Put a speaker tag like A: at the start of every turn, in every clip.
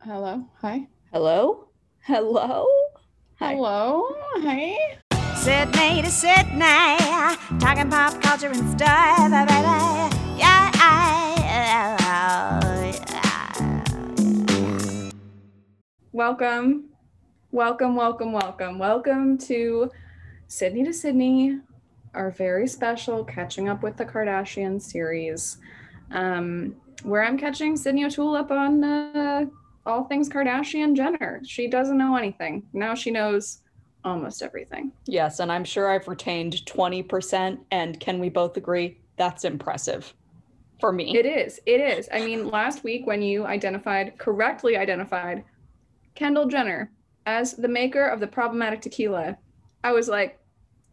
A: Hello. Hi.
B: Hello? Hello? Hi.
A: Hello. Hi.
C: Sydney to Sydney, talking pop culture and stuff, baby. Yeah, I, uh,
A: Welcome. Welcome, welcome, welcome. Welcome to Sydney to Sydney, our very special catching up with the Kardashian series, um, where I'm catching Sydney O'Toole up on uh, all things Kardashian Jenner. She doesn't know anything. Now she knows almost everything.
B: Yes, and I'm sure I've retained 20%. And can we both agree? That's impressive for me.
A: It is. It is. I mean, last week when you identified, correctly identified, Kendall Jenner as the maker of the problematic tequila, I was like,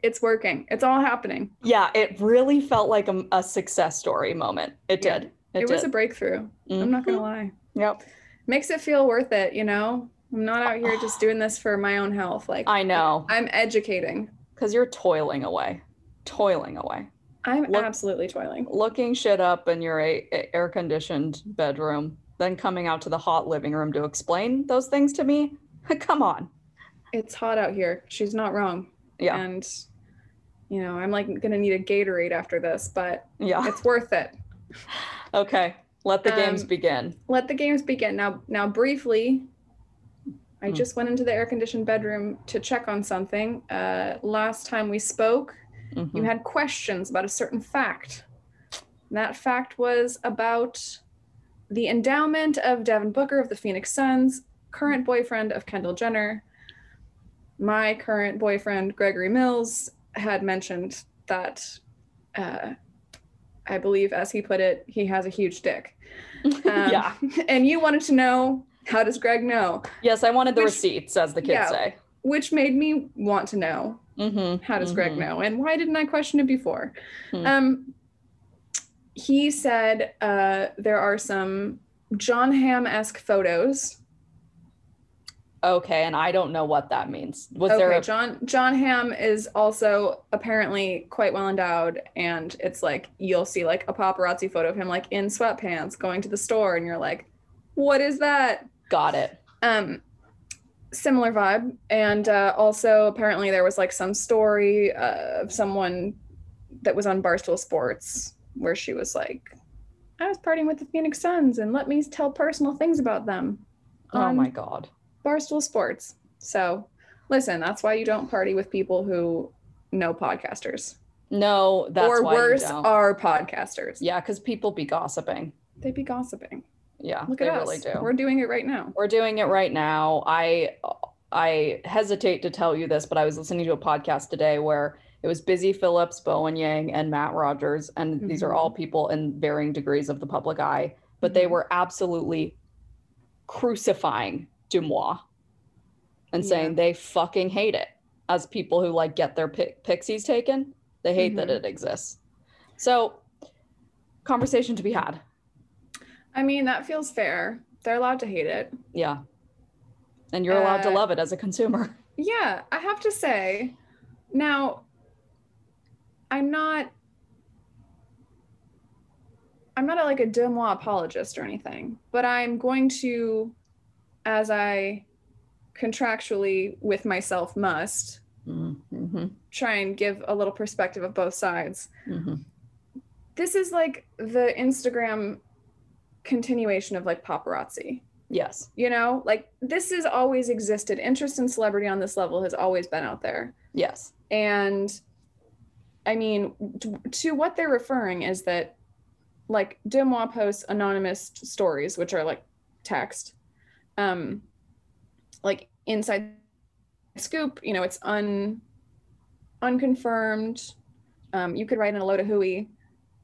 A: it's working. It's all happening.
B: yeah, it really felt like a, a success story moment. It
A: Yeah.
B: did. It,
A: It,
B: did. Mm-hmm.
A: was a breakthrough. I'm not going to lie.
B: Yep.
A: Makes it feel worth it, you know? I'm not out here just doing this for my own health. Like,
B: I know,
A: I'm educating.
B: because you're toiling away, toiling away,
A: I'm
B: Look-
A: absolutely toiling.
B: looking shit up in your a- air conditioned bedroom, then coming out to the hot living room to explain those things to me. Come on.
A: It's hot out here. She's not wrong.
B: Yeah.
A: And, you know, I'm like going to need a Gatorade after this, but
B: Yeah.
A: it's worth it.
B: Okay. Let the games
A: Um,
B: begin.
A: let the games begin now now briefly i
B: Hmm.
A: just went into the air conditioned bedroom to check on something uh, last time we spoke
B: Mhm.
A: you had questions about a certain fact that fact was about the endowment of devin booker of the phoenix suns current boyfriend of kendall jenner my current boyfriend gregory mills had mentioned that uh, i believe as he put it he has a huge dick um,
B: yeah.
A: and you wanted to know how does Greg know?
B: Yes, I wanted the
A: which-
B: receipts, as the kids
A: yeah.
B: say.
A: Which made me want to know
B: Mm-hmm.
A: how does Greg know? And why didn't I question it before?
B: Hmm.
A: Um, he said uh, there are some John Hamm esque photos.
B: Okay, and I don't know what that means. Was there?
A: okay,
B: A,
A: John John Hamm is also apparently quite well endowed, and it's like you'll see like a paparazzi photo of him like in sweatpants going to the store, and you're like, what is that?
B: got it.
A: um similar vibe and uh, also apparently there was like some story uh, of someone that was on barstool sports where she was like i was partying with the phoenix suns and let me tell personal things about them
B: Oh
A: on
B: my god.
A: barstool sports so listen that's why you don't party with people who know podcasters
B: No, that's
A: or
B: why you
A: worse
B: don't.
A: are podcasters
B: yeah, because people be gossiping.
A: they be gossiping
B: Yeah,
A: look
B: they
A: at us
B: really do.
A: we're doing it right now
B: We're doing it right now. I I hesitate to tell you this, but I was listening to a podcast today where it was Busy Phillips, Bowen Yang, and Matt Rogers, and these are
A: Mm-hmm.
B: all people in varying degrees of the public eye, but they
A: Mhm.
B: were absolutely crucifying Dumois and
A: Yeah.
B: saying they fucking hate it as people who like get their pic- pixies taken. They hate that
A: Mhm.
B: it exists. So, conversation to be had.
A: i mean that feels fair they're allowed to hate it
B: Yeah. And you're allowed to
A: Uh,
B: love it as a consumer.
A: Yeah, I have to say, now I'm not I'm not a, like a Demois apologist or anything, but I'm going to, as I contractually with myself must,
B: Mm-hmm.
A: try and give a little perspective of both sides.
B: hmm
A: This is like the Instagram continuation of like paparazzi.
B: Yes.
A: You know, like this has always existed. Interest in celebrity on this level has always been out there.
B: Yes.
A: and i mean t- to what they're referring is that like demois posts anonymous t- stories which are like text um like inside scoop you know it's un unconfirmed um you could write in a load of hooey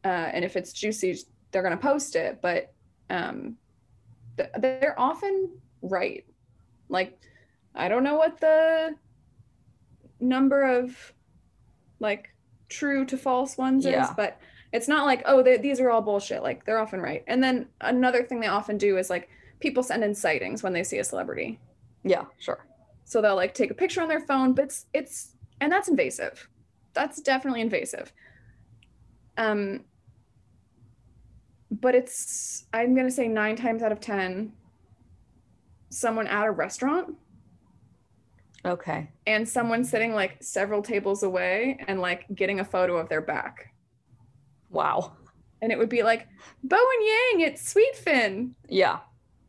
A: uh and if it's juicy they're going to post it but um th- they're often right like i don't know what the number of like true to false ones
B: Yeah.
A: is, but it's not like, oh, they, these are all bullshit. Like they're often right. And then another thing they often do is like people send in sightings when they see a celebrity.
B: Yeah. Sure.
A: So they'll like take a picture on their phone, but it's, it's, and that's invasive. That's definitely invasive. Um, but it's, I'm going to say nine times out of 10, someone at a restaurant
B: Okay.
A: and someone sitting like several tables away and like getting a photo of their back.
B: Wow.
A: And it would be like, Bo and Yang, it's Sweetfin.
B: Yeah.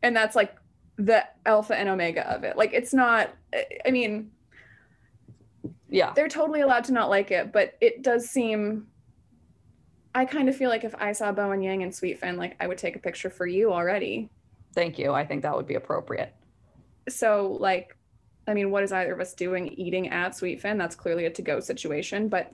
A: and that's like the alpha and omega of it like it's not I- i mean
B: Yeah.
A: they're totally allowed to not like it but it does seem i kind of feel like if i saw bowen yang and sweetfin like i would take a picture for you already
B: Thank you. I think that would be appropriate.
A: so like i mean what is either of us doing eating at sweetfin that's clearly a to-go situation but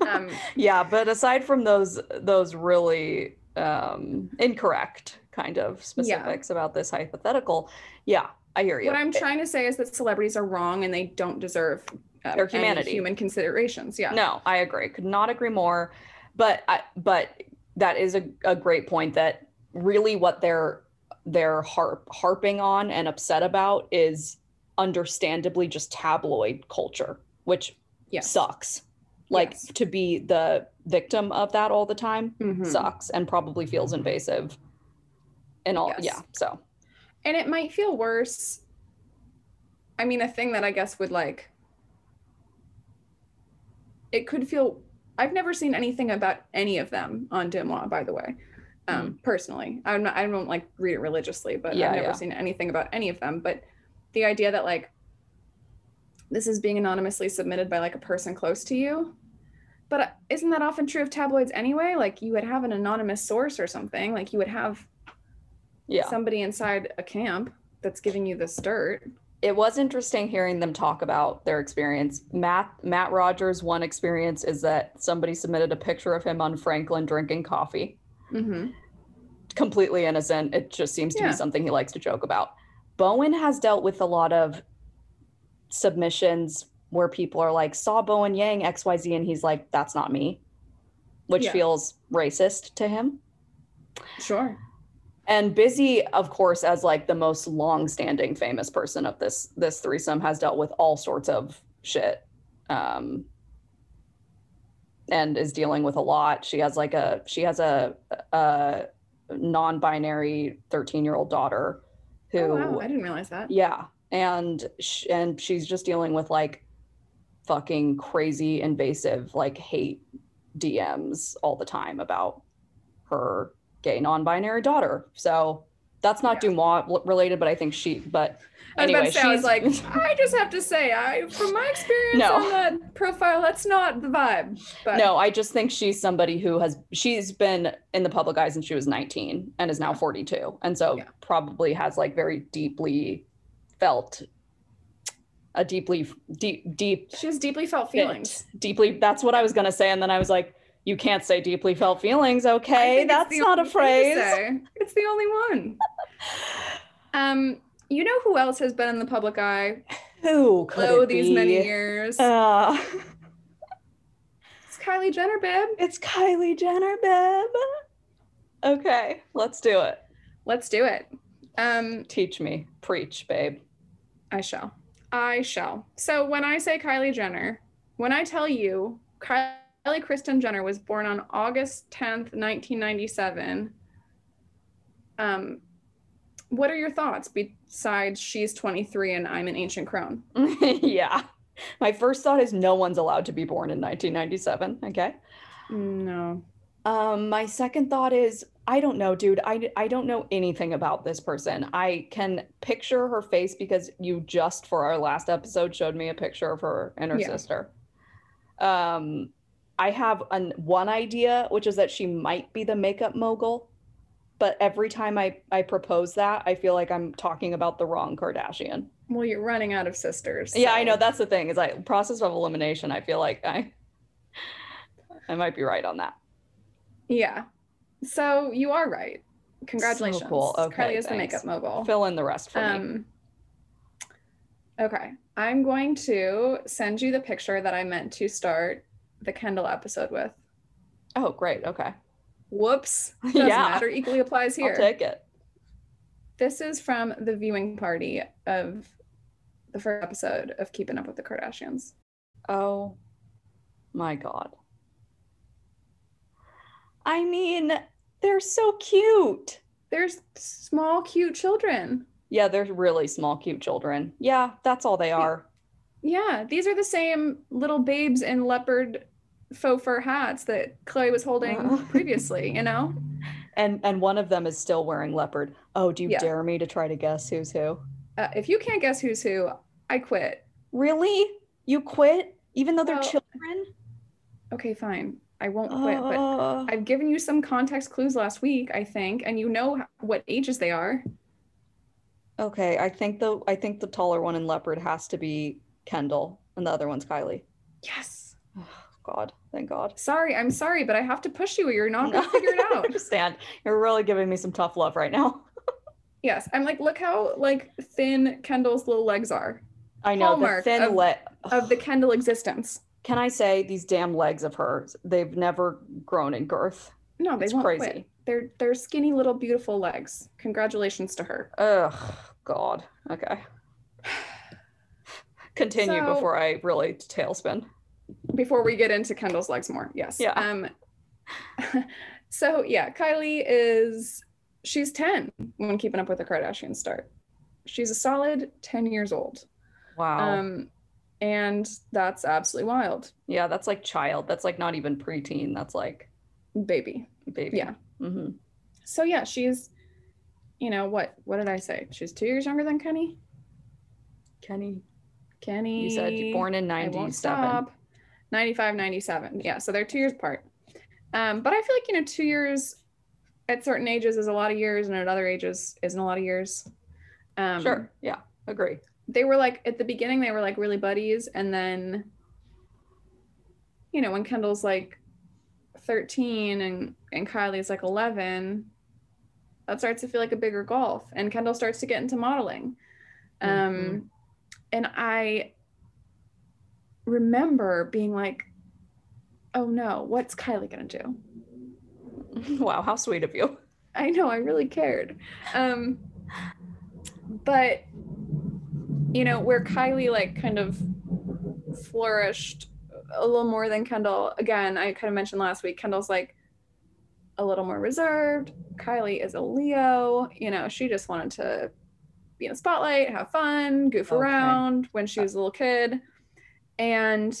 A: um
B: yeah, but aside from those those really um incorrect kind of specifics about this hypothetical, yeah, I hear you.
A: what i'm trying to say is that celebrities are wrong and they don't deserve uh,
B: Their
A: any
B: humanity.
A: human considerations yeah
B: No, I agree. Could not agree more. But I, but that is a, a great point that really what they're they're harp harping on and upset about is understandably just tabloid culture, which
A: Yes.
B: sucks. Like
A: Yes.
B: to be the victim of that all the time
A: Mhm.
B: sucks and probably feels invasive. And all
A: Hmm. Yes.
B: yeah, so
A: and it might feel worse i mean a thing that i guess would like it could feel i've never seen anything about any of them on Dimois, by the way um personally i'm not i don't like read it religiously but
B: Mm. Yeah,
A: i've never
B: yeah.
A: seen anything about any of them but the idea that like this is being anonymously submitted by like a person close to you but uh, isn't that often true of tabloids anyway like you would have an anonymous source or something like you would have
B: yeah.
A: somebody inside a camp that's giving you this dirt.
B: it was interesting hearing them talk about their experience. Matt Matt Rogers' one experience is that somebody submitted a picture of him on Franklin drinking coffee,
A: Mm-hmm.
B: completely innocent. It just seems to
A: Yeah.
B: be something he likes to joke about. Bowen has dealt with a lot of submissions where people are like, "Saw Bowen Yang X Y Z," and he's like, "That's not me," which
A: Yeah.
B: feels racist to him.
A: Sure.
B: And Busy, of course, as like the most long-standing famous person of this this threesome, has dealt with all sorts of shit, um, and is dealing with a lot. She has like a she has a, a non-binary thirteen-year-old daughter who
A: Oh, wow. I didn't realize that.
B: yeah, and sh- and she's just dealing with like fucking crazy invasive like hate DMs all the time about her gay non-binary daughter. So that's not
A: Yeah.
B: Dumois related, but I think she. But
A: I was
B: anyway,
A: about to say, I was like,
B: she's-
A: I just have to say, I from my experience
B: No.
A: on that profile, that's not the vibe. But
B: no, I just think she's somebody who has she's been in the public eye since she was 19 and is now 42, and so
A: Yeah.
B: probably has like very deeply felt a deeply deep deep
A: she has deeply felt
B: it.
A: feelings.
B: Deeply, that's what I was gonna say, and then I was like, "You can't say deeply felt feelings,
A: I
B: okay?
A: think it's
B: That's
A: the
B: not a
A: only thing to
B: phrase."
A: say. It's the only one. um, you know who else has been in the public eye?
B: Who could
A: Low
B: it
A: Oh, these
B: be?
A: many years.
B: Uh,
A: it's Kylie Jenner, babe.
B: it's Kylie Jenner, babe. Okay, let's do it.
A: Let's do it. Um,
B: Teach me, preach, babe.
A: I shall. I shall. So when I say Kylie Jenner, when I tell you Kylie Kristen Jenner was born on August 10th, 1997, um, what are your thoughts besides she's 23 and I'm an ancient crone?
B: yeah, my first thought is no one's allowed to be born in 1997. Okay.
A: No.
B: Um, my second thought is I don't know, dude. I, I don't know anything about this person. I can picture her face because you just for our last episode showed me a picture of her and her
A: Yeah.
B: sister. Um, I have an one idea, which is that she might be the makeup mogul, but every time I I propose that, I feel like I'm talking about the wrong Kardashian.
A: Well, you're running out of sisters.
B: Yeah, I
A: so-
B: know. That's the thing is I process of elimination. I feel like I I might be right on that.
A: Yeah. So you are right. Congratulations.
B: cool. Okay,
A: Kylie is the
B: thanks.
A: makeup mogul.
B: Fill in the rest for me.
A: Oh. Um, okay, I'm going to send you the picture that I meant to start the Kendall episode with.
B: Oh, great. Okay.
A: Whoops. Doesn't
B: Yeah.
A: matter. Equally applies here.
B: I'll take it.
A: this is from the viewing party of the first episode of Keeping Up with the Kardashians.
B: Oh my God. I mean, they're so cute.
A: There's small, cute children.
B: yeah, they're really small, cute children. Yeah, that's all they are.
A: Yeah, these are the same little babes in leopard faux fur hats that Chloe was holding
B: Uh-huh.
A: previously, you know?
B: And and one of them is still wearing leopard. Oh, do you
A: Yeah.
B: dare me to try to guess who's who?
A: Uh, if you can't guess who's who, I quit.
B: Really? You quit? Even though they're
A: Well,
B: children?
A: Okay, fine. I won't Oh. quit, but
B: Uh,
A: I've given you some context clues last week, I think, and you know h- what ages they are.
B: okay, I think the I think the taller one in leopard has to be Kendall and the other one's Kylie.
A: Yes.
B: Oh, God, thank God.
A: Sorry, I'm sorry, but I have to push you. You're not going to figure it
B: I
A: out.
B: understand. You're really giving me some tough love right now.
A: Yes, I'm like, look how like thin Kendall's little legs are
B: I know the
A: Hallmark of-
B: thin leg.
A: of the Kendall existence.
B: Can I say these damn legs of hers? They've never grown in girth.
A: No, they
B: It's
A: won't
B: crazy.
A: quit. They're they're skinny little beautiful legs. Congratulations to her.
B: Ugh, God. Okay. Continue
A: So-
B: before I really tailspin.
A: Before we get into Kendall's legs more, yes.
B: Yeah.
A: Um. so yeah, Kylie is she's ten when Keeping Up with the Kardashians start. She's a solid ten years old.
B: Wow.
A: Um, and that's absolutely wild,
B: yeah, that's like child. That's like not even preteen. That's like
A: baby.
B: baby.
A: Yeah.
B: hmm
A: So yeah, she's, you know what? What did I say? She's two years younger than Kenny.
B: Kenny,
A: Kenny.
B: you said you're born in
A: I won't
B: 97.
A: stop. 95, 97. Yeah. So they're two years apart. Um, but I feel like, you know, two years at certain ages is a lot of years and at other ages isn't a lot of years. Um,
B: sure. Yeah. Agree.
A: They were like, at the beginning, they were like really buddies. And then, you know, when Kendall's like 13 and, and Kylie's like 11, that starts to feel like a bigger gulf. And Kendall starts to get into modeling. Um,
B: Mhm.
A: And I remember being like, oh no, what's Kylie going to do?
B: wow. How sweet of you.
A: I know, I really cared. Um, but, you know, where Kylie like kind of flourished a little more than Kendall, again, I kind of mentioned last week, Kendall's like a little more reserved. Kylie is a Leo. You know, she just wanted to be in the spotlight, have fun, goof
B: Okay.
A: around when she was a little kid. And,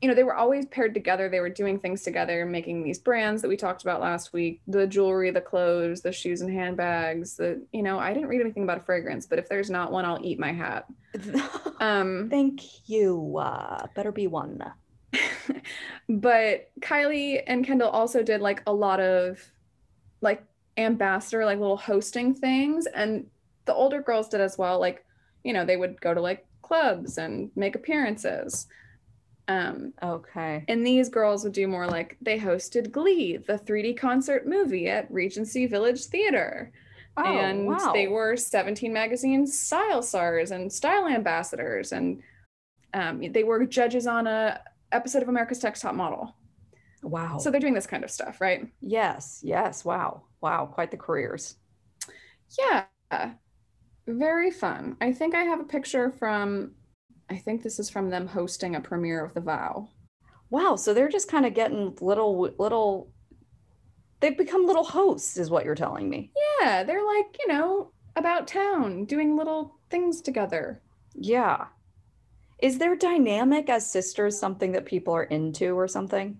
A: you know, they were always paired together. They were doing things together, making these brands that we talked about last week the jewelry, the clothes, the shoes and handbags. The, you know, I didn't read anything about a fragrance, but if there's not one, I'll eat my hat. Um,
B: Thank you. Uh, better be one.
A: but Kylie and Kendall also did like a lot of like ambassador, like little hosting things. And the older girls did as well. Like, you know, they would go to like clubs and make appearances. Um,
B: Okay.
A: and these girls would do more like they hosted Glee, the 3D concert movie at Regency Village Theater.
B: Oh,
A: and
B: wow.
A: they were 17 magazine style stars and style ambassadors and um, they were judges on a episode of america's next top model
B: Wow.
A: so they're doing this kind of stuff right
B: Yes, yes. Wow. Wow. Quite the careers.
A: yeah very fun i think i have a picture from i think this is from them hosting a premiere of the vow
B: Wow. So they're just kind of getting little, little, they've become little hosts, is what you're telling me.
A: yeah they're like you know about town doing little things together
B: Yeah. Is their dynamic as sisters something that people are into or something?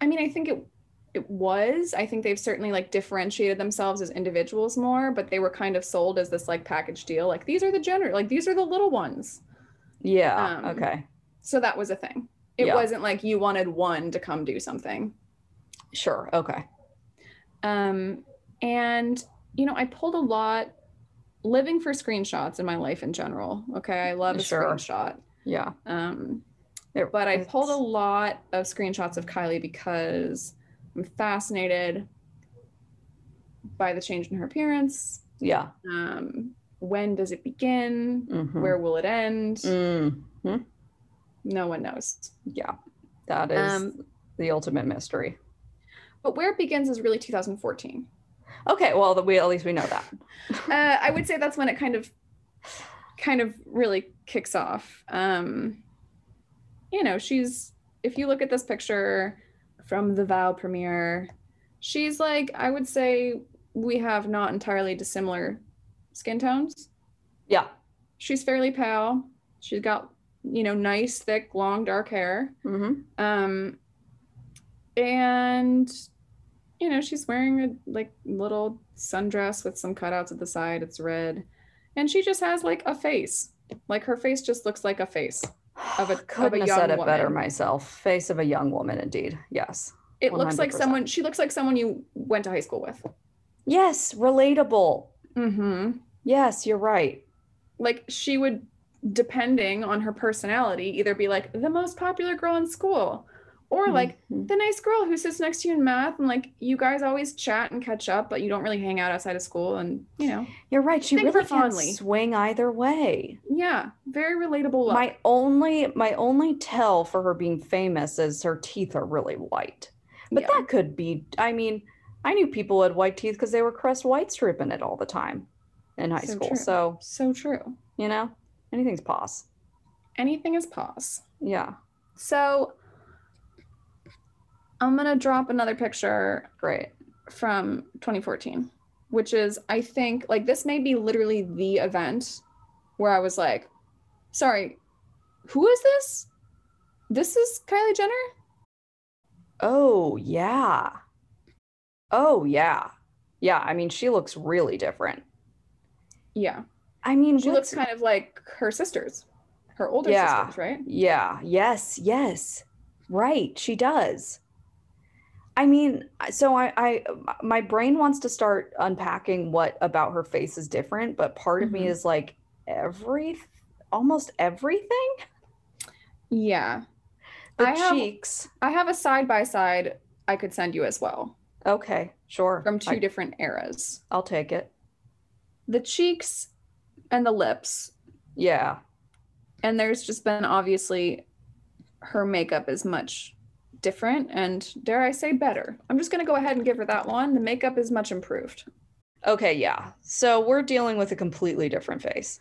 A: I mean, I think it it was. I think they've certainly like differentiated themselves as individuals more, but they were kind of sold as this like package deal. Like these are the gender, like these are the little ones.
B: Yeah.
A: Um,
B: okay.
A: So that was a thing. It
B: Yeah.
A: wasn't like you wanted one to come do something.
B: Sure. Okay.
A: Um, and you know, I pulled a lot living for screenshots in my life in general. Okay, I love a
B: Sure.
A: screenshot.
B: Yeah.
A: Um,
B: There-
A: but I
B: it's-
A: pulled a lot of screenshots of Kylie because I'm fascinated by the change in her appearance.
B: Yeah.
A: Um, when does it begin?
B: mhm.
A: Where will it end?
B: Mm,
A: No one knows.
B: yeah. That is
A: Um,
B: the ultimate mystery.
A: But where it begins is really 2014.
B: Okay. Well, we at least we know that.
A: Uh, I would say that's when it kind of, kind of really kicks off. Um, you know, she's if you look at this picture from the Vow premiere, she's like I would say we have not entirely dissimilar skin tones.
B: Yeah.
A: She's fairly pale. She's got, you know, nice, thick, long, dark hair.
B: Mm-hmm.
A: Um, and you know, she's wearing a like little sundress with some cutouts at the side. It's red, and she just has like a face. Like her face just looks like a face. Of a- of a
B: couldn't have
A: young
B: said it better
A: woman.
B: myself. Face of a young woman, indeed. Yes.
A: It looks like
B: 100%.
A: someone. She looks like someone you went to high school with.
B: Yes, relatable.
A: Mm-hmm.
B: Yes, you're right.
A: Like she would, depending on her personality, either be like the most popular girl in school, or like
B: Mhm.
A: the nice girl who sits next to you in math and like you guys always chat and catch up but you don't really hang out outside of school and you know
B: you're right. She
A: think of her
B: really can't
A: fondly.
B: swing either way.
A: yeah very relatable look.
B: My only my only tell for her being famous is her teeth are really white. But
A: Yeah.
B: that could be I mean, I knew people had white teeth because they were crest white stripping it all the time in high
A: So
B: school.
A: true.
B: So,
A: so true
B: you know, anything's pos.
A: anything is pause
B: Yeah,
A: so i'm gonna drop another picture
B: great.
A: from 2014 which is i think like this may be literally the event where i was like sorry who is this this is kylie jenner
B: Oh, yeah. Oh, yeah. Yeah, I mean, she looks really different.
A: yeah
B: I mean,
A: she
B: what's-
A: looks kind of like her sisters her older
B: Yeah.
A: sisters right
B: Yeah, yes, yes. Right, she does. I mean, I- so I, I my brain wants to start unpacking what about her face is different, but part of me
A: Mhm.
B: is like every almost everything.
A: Yeah.
B: The
A: I have-
B: cheeks.
A: I have a side by side I could send you as well
B: Okay, sure.
A: from two
B: I,
A: different eras.
B: I'll take it.
A: The cheeks and the lips.
B: Yeah.
A: And there's just been obviously her makeup is much different and dare I say better. I'm just going to go ahead and give her that one. The makeup is much improved.
B: Okay, yeah. So we're dealing with a completely different face.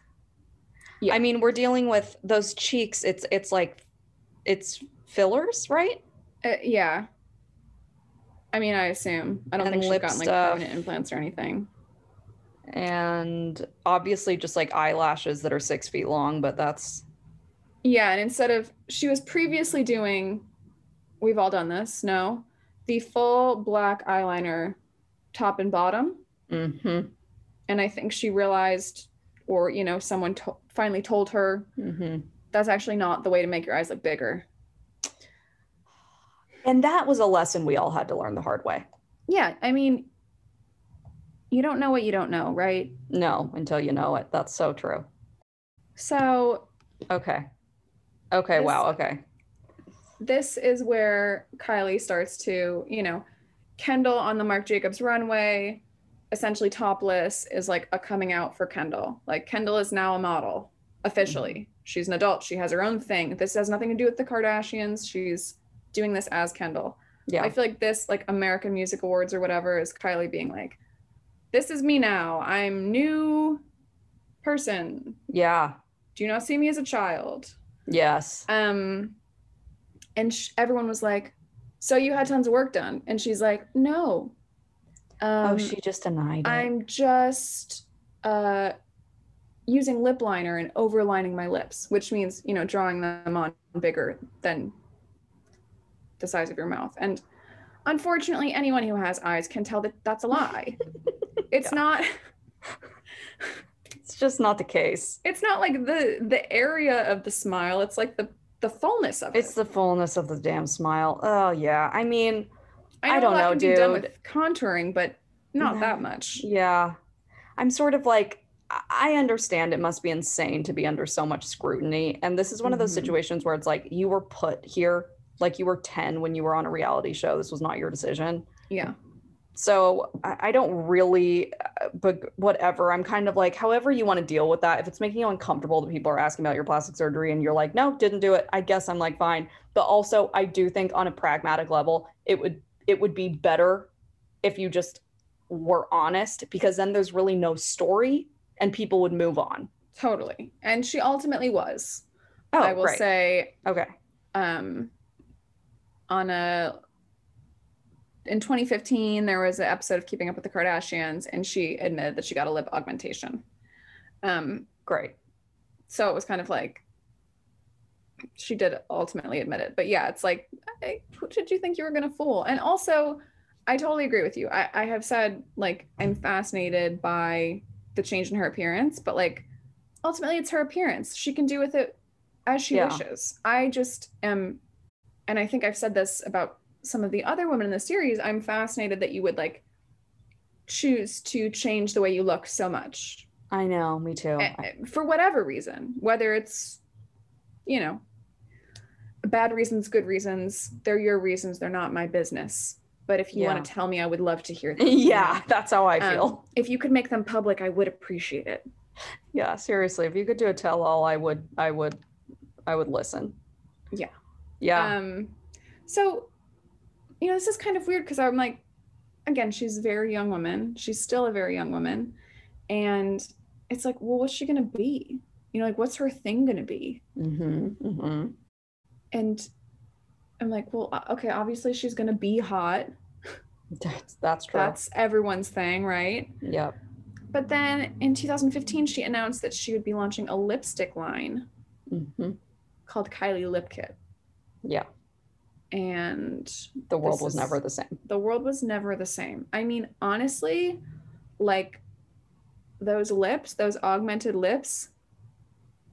A: Yeah.
B: I mean, we're dealing with those cheeks. It's it's like it's fillers, right?
A: Uh, yeah. I mean, I assume. I don't
B: And
A: think she's
B: lip
A: gotten like
B: stuff.
A: permanent implants or anything.
B: and obviously just like eyelashes that are six feet long, but that's
A: Yeah, and instead of she was previously doing, we've all done this, no, the full black eyeliner, top and bottom,
B: mm-hmm,
A: and I think she realized, or you know, someone to- finally told her
B: mm-hmm.
A: that's actually not the way to make your eyes look bigger.
B: and that was a lesson we all had to learn the hard way.
A: Yeah, I mean, you don't know what you don't know, right?
B: No, until you know it. That's so true.
A: So
B: Okay. Okay.
A: This-
B: wow. Okay.
A: this is where Kylie starts to, you know, Kendall on the Marc Jacobs runway, essentially topless, is like a coming out for Kendall. Like Kendall is now a model officially. She's an adult. She has her own thing. This has nothing to do with the Kardashians. She's doing this as Kendall.
B: Yeah.
A: I feel like this, like American Music Awards or whatever, is Kylie being like, this is me now. I'm new person.
B: yeah.
A: Do not see me as a child.
B: Yes.
A: Um, and sh- everyone was like, "So you had tons of work done?" And she's like, "No, um,
B: oh, she just denied it.
A: I'm just uh, using lip liner and overlining my lips, which means you know drawing them on bigger than the size of your mouth." And unfortunately, anyone who has eyes can tell that that's a lie. it's not.
B: it's just not the case.
A: It's not like the the area of the smile. It's like the the fullness of
B: It's
A: it.
B: the fullness of the damn smile. Oh yeah. I mean, I
A: a
B: don't
A: lot
B: know,
A: can be done
B: dude.
A: with contouring, but not
B: No.
A: that much.
B: Yeah. I'm sort of like, I- I understand it must be insane to be under so much scrutiny. And this is one of those
A: Mhm.
B: situations where it's like you were put here, like you were 10 when you were on a reality show. This was not your decision.
A: Yeah.
B: So I, I don't really, uh, but whatever. I'm kind of like, however you want to deal with that. If it's making you uncomfortable that people are asking about your plastic surgery and you're like, no, didn't do it. I guess I'm like, fine. But also, I do think on a pragmatic level, it would it would be better if you just were honest because then there's really no story and people would move on.
A: Totally. And she ultimately was.
B: Oh,
A: I will
B: right.
A: say,
B: okay.
A: um, on a in 2015, there was an episode of Keeping Up with the Kardashians, and she admitted that she got a lip augmentation. Um,
B: Great.
A: so it was kind of like she did ultimately admit it but yeah it's like I, who did you think you were going to fool and also i totally agree with you I, I have said like i'm fascinated by the change in her appearance but like ultimately it's her appearance she can do with it as she
B: Yeah.
A: wishes i just am and i think i've said this about some of the other women in the series i'm fascinated that you would like choose to change the way you look so much
B: I know, me too.
A: eh, eh, for whatever reason, whether it's, you know, bad reasons, good reasons, they're your reasons, they're not my business. But if you want to tell me, I would love to hear them. you
B: yeah,
A: know?
B: that's how I
A: Um,
B: feel.
A: If you could make them public, I would appreciate it.
B: yeah, seriously, if you could do a tell all, I would I would I would listen.
A: Yeah.
B: Yeah.
A: Um, so, you know, this is kind of weird because I'm like, again, she's a very young woman. She's still a very young woman. And it's like, well, what's she going to be? You know, like, what's her thing going to be?
B: mm-hmm, mm-hmm.
A: and I'm like, well, o- okay, obviously she's gonna be hot.
B: That's that's true.
A: That's everyone's thing, right?
B: yep.
A: But then in 2015, she announced that she would be launching a lipstick line
B: hmm
A: called Kylie Lip Kit,
B: Yeah.
A: and
B: The world was
A: is-
B: never the same.
A: the world was never the same. I mean, honestly, like those lips, those augmented lips,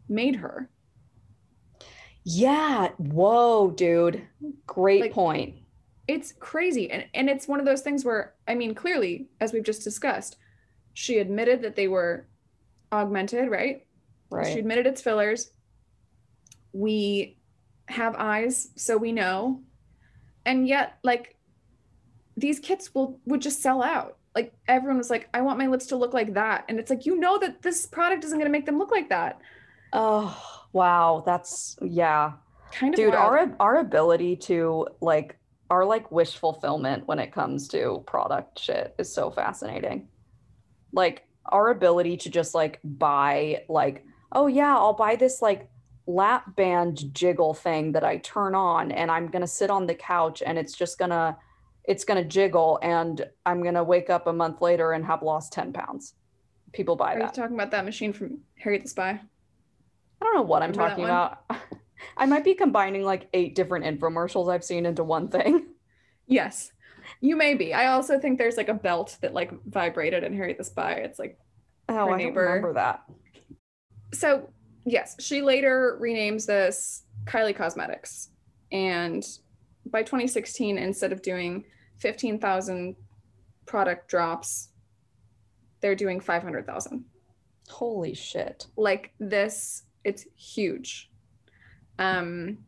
A: made her.
B: Yeah. Whoa, dude. Great
A: Like-
B: point.
A: it's crazy and, and it's one of those things where i mean clearly as we've just discussed she admitted that they were augmented right, she
B: Right.
A: admitted it's fillers we have eyes so we know and yet like these kits will would just sell out like everyone was like i want my lips to look like that and it's like you know that this product isn't going to make them look like that
B: Oh wow. That's yeah.
A: kind of
B: Dude,
A: wild.
B: our our ability to like our like wish fulfillment when it comes to product shit is so fascinating. Like our ability to just like buy like oh yeah, I'll buy this like lap band jiggle thing that I turn on and I'm going to sit on the couch and it's just going to it's going to jiggle and I'm going to wake up a month later and have lost 10 pounds. People buy
A: are you
B: that.
A: talking about that machine from harriet the spy
B: I don't know what I'm
A: Remember that
B: talking
A: one?
B: about. I might be combining like eight different infomercials I've seen into one thing.
A: Yes, you may be. I also think there's like a belt that like vibrated in Harry the Spy. It's like
B: Oh,
A: her
B: I
A: neighbor.
B: don't remember that.
A: so. Yes, she later renames this Kylie Cosmetics, and by 2016, instead of doing 15,000 product drops, they're doing 500,000.
B: Holy shit.
A: Like this, it's huge. Um,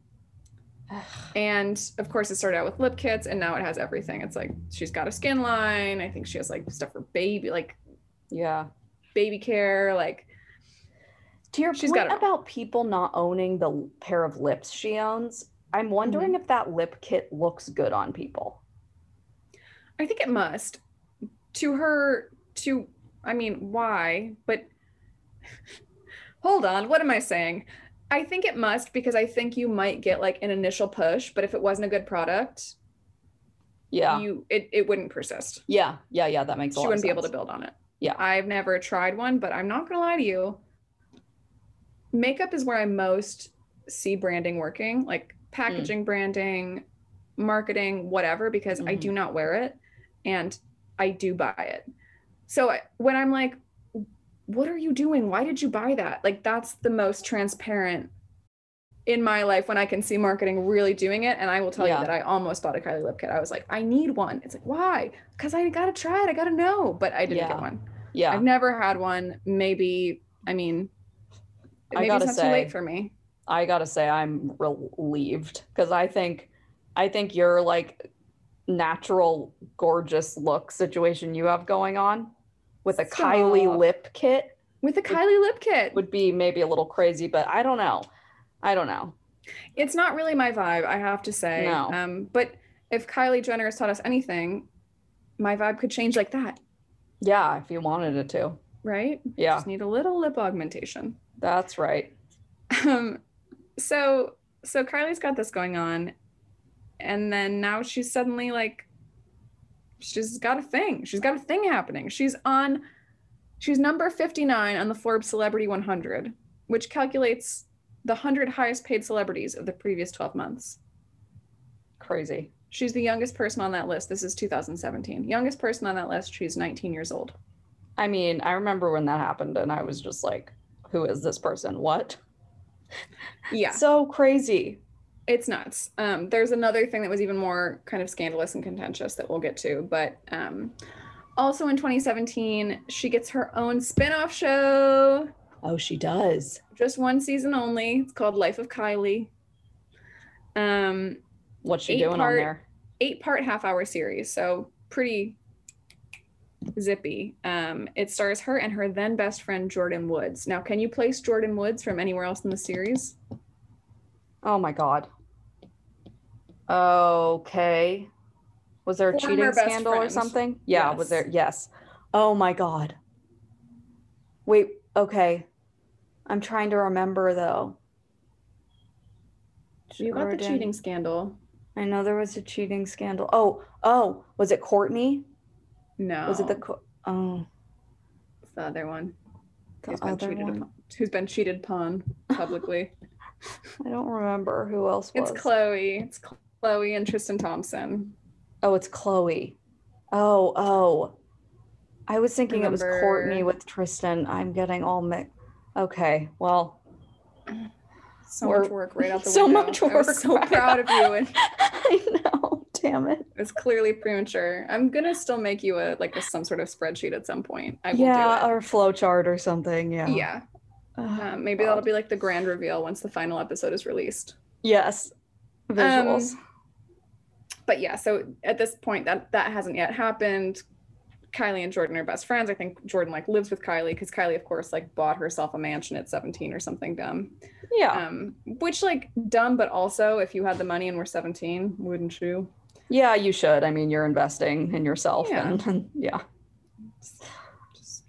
A: And of course, it started out with lip kits, and now it has everything. It's like she's got a skin line. I think she has like stuff for baby, like
B: yeah.
A: baby care. Like,
B: To your
A: She's
B: point
A: got it.
B: about people not owning the l- pair of lips she owns, I'm wondering
A: Mm-hmm.
B: if that lip kit looks good on people.
A: I think it must. To her, to, I mean, why? But hold on, what am I saying? I think it must because I think you might get like an initial push, but if it wasn't a good product,
B: Yeah.
A: you it, it wouldn't persist.
B: yeah. Yeah. Yeah. That makes a
A: she
B: lot
A: wouldn't
B: of
A: be able to
B: sense.
A: build on it.
B: Yeah.
A: I've never tried one, but I'm not gonna lie to you. Makeup is where I most see branding working, like packaging,
B: Mm.
A: branding, marketing, whatever, because I
B: Mhm.
A: do not wear it and I do buy it. So I- when I'm like, what are you doing? Why did you buy that? Like, that's the most transparent in my life when I can see marketing really doing it. And I will tell
B: Yeah.
A: you that I almost bought a Kylie lip kit. I was like, I need one. It's like, why? Because I got to try it. I got to know. But I didn't
B: Yeah.
A: get one.
B: Yeah.
A: I've never had one. Maybe, I mean,
B: I
A: maybe
B: gotta
A: it's not
B: say-
A: too late for me.
B: I gotta say I'm relieved because I think I think your like natural gorgeous look situation you have going on with a Kylie
A: Stop.
B: lip kit
A: With the Kylie lip kit,
B: would be maybe a little crazy, but I don't know. I don't know.
A: it's not really my vibe, I have to say.
B: No.
A: Um, but if Kylie Jenner has taught us anything, my vibe could change like that,
B: Yeah, if you wanted it to.
A: right?
B: Yeah,
A: Just need a little lip augmentation.
B: that's right.
A: Um, so so Kylie's got this going on, and then now she's suddenly like, she's got a thing. She's got a thing happening. She's on, She's number 59 on the Forbes Celebrity 100, which calculates the 100 highest paid celebrities of the previous 12 months.
B: Crazy.
A: She's the youngest person on that list. This is 2017. Youngest person on that list, she's 19 years old.
B: I mean, I remember when that happened and I was just like, who is this person? What?
A: Yeah,
B: So crazy.
A: it's nuts. Um, there's another thing that was even more kind of scandalous and contentious that we'll get to, but um, also in 2017, she gets her own spin off show.
B: Oh, she does.
A: just one season only. It's called Life of Kylie. Um,
B: What's she
A: Eight
B: doing on
A: part-
B: there?
A: eight part half hour series, so pretty zippy. Um, it stars her and her then best friend Jordan Woods. Now, can you place Jordan Woods from anywhere else in the series?
B: Oh my god. Okay. Was there a
A: Former
B: cheating
A: best
B: scandal or
A: friends.
B: something? Yeah, was
A: Yes.
B: there? Yes. Oh my god. Wait, okay. I'm trying to remember though.
A: You got the
B: Jordan-
A: cheating scandal.
B: I know there was a cheating scandal. Oh, oh, was it Courtney?
A: No.
B: Was it the Co- oh,
A: It's the other one?
B: the
A: who's been
B: other
A: cheated
B: one?
A: upon? Who's been cheated upon publicly?
B: I don't remember who else was.
A: it's Chloe. It's Chloe and Tristan Thompson.
B: Oh, it's Chloe. Oh, oh. I was thinking it was Courtney
A: Remember.
B: with Tristan. I'm getting all mixed. Okay, well,
A: So
B: We're-
A: much work right out the
B: so
A: window.
B: much
A: I was
B: work
A: so
B: right
A: proud of you and
B: I know. Damn it.
A: It's clearly premature. I'm gonna still make you a like a, some sort of spreadsheet at some point. I will
B: yeah,
A: do it.
B: or flow chart or something. Yeah.
A: yeah.
B: Ugh,
A: Um, maybe
B: God.
A: that'll be like the grand reveal once the final episode is released.
B: Yes. Visuals.
A: Um, But yeah, so at this point, that that hasn't yet happened. Kylie and Jordan are best friends. I think Jordan like lives with Kylie because Kylie, of course, like bought herself a mansion at 17 or something dumb.
B: yeah.
A: Um, which like dumb, but also if you had the money and were 17, wouldn't you?
B: yeah, you should. I mean, you're investing in yourself.
A: Yeah.
B: And, and- yeah.
A: Just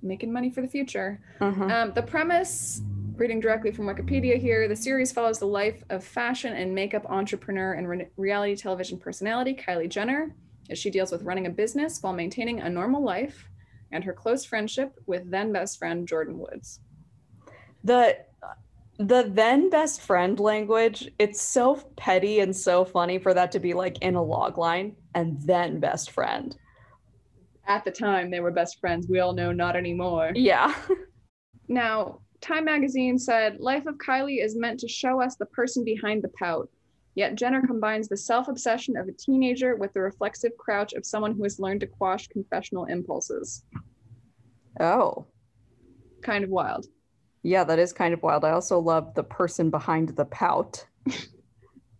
A: making money for the future.
B: Uh-huh.
A: Um, the premise, reading directly from Wikipedia here, the series follows the life of fashion and makeup entrepreneur and re- reality television personality Kylie Jenner as she deals with running a business while maintaining a normal life and her close friendship with then best friend Jordan Woods.
B: the the then best friend language it's so petty and so funny for that to be like in a log line and then best friend
A: At the time, they were best friends. We all know not anymore.
B: yeah
A: Now, Time magazine said Life of Kylie is meant to show us the person behind the pout. Yet Jenner combines the self obsession of a teenager with the reflexive crouch of someone who has learned to quash confessional impulses.
B: oh
A: Kind of wild.
B: yeah that is kind of wild i also love the person behind the pout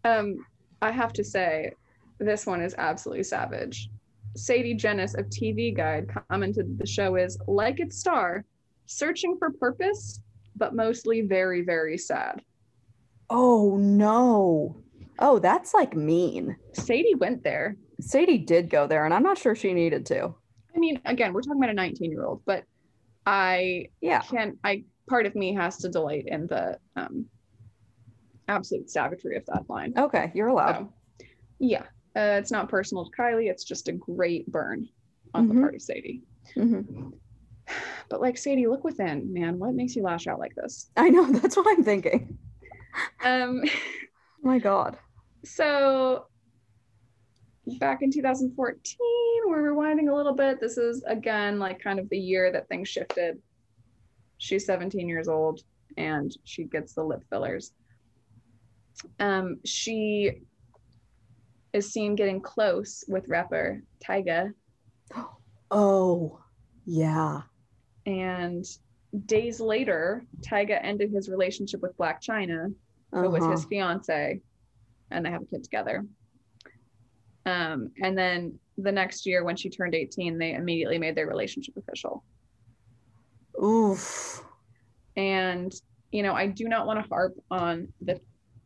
A: Um, I have to say, this one is absolutely savage. Sadie Jennis of TV Guide commented the show is, like its star, searching for purpose, but mostly very, very sad.
B: oh no oh that's like mean
A: Sadie went there.
B: sadie did go there and i'm not sure she needed to
A: I mean, again, we're talking about a 19 year old, but I
B: yeah
A: can I part of me has to delight in the um absolute savagery of that line.
B: okay you're allowed
A: So, yeah. Uh, it's not personal to Kylie, it's just a great burn on
B: Mhm.
A: the part of Sadie.
B: Mhm.
A: But like Sadie, look within, man. What makes you lash out like this?
B: i know that's what i'm thinking Oh
A: Um
B: my god
A: so back in 2014, we're rewinding a little bit. This is again like kind of the year that things shifted. She's 17 years old and she gets the lip fillers. Um, she is seen getting close with rapper Tyga,
B: oh yeah
A: and days later, Tyga ended his relationship with Black China
B: uh
A: but with his fiance and they have a kid together um, and then the next year when she turned 18 they immediately made their relationship official
B: oof
A: and you know i do not want to harp on the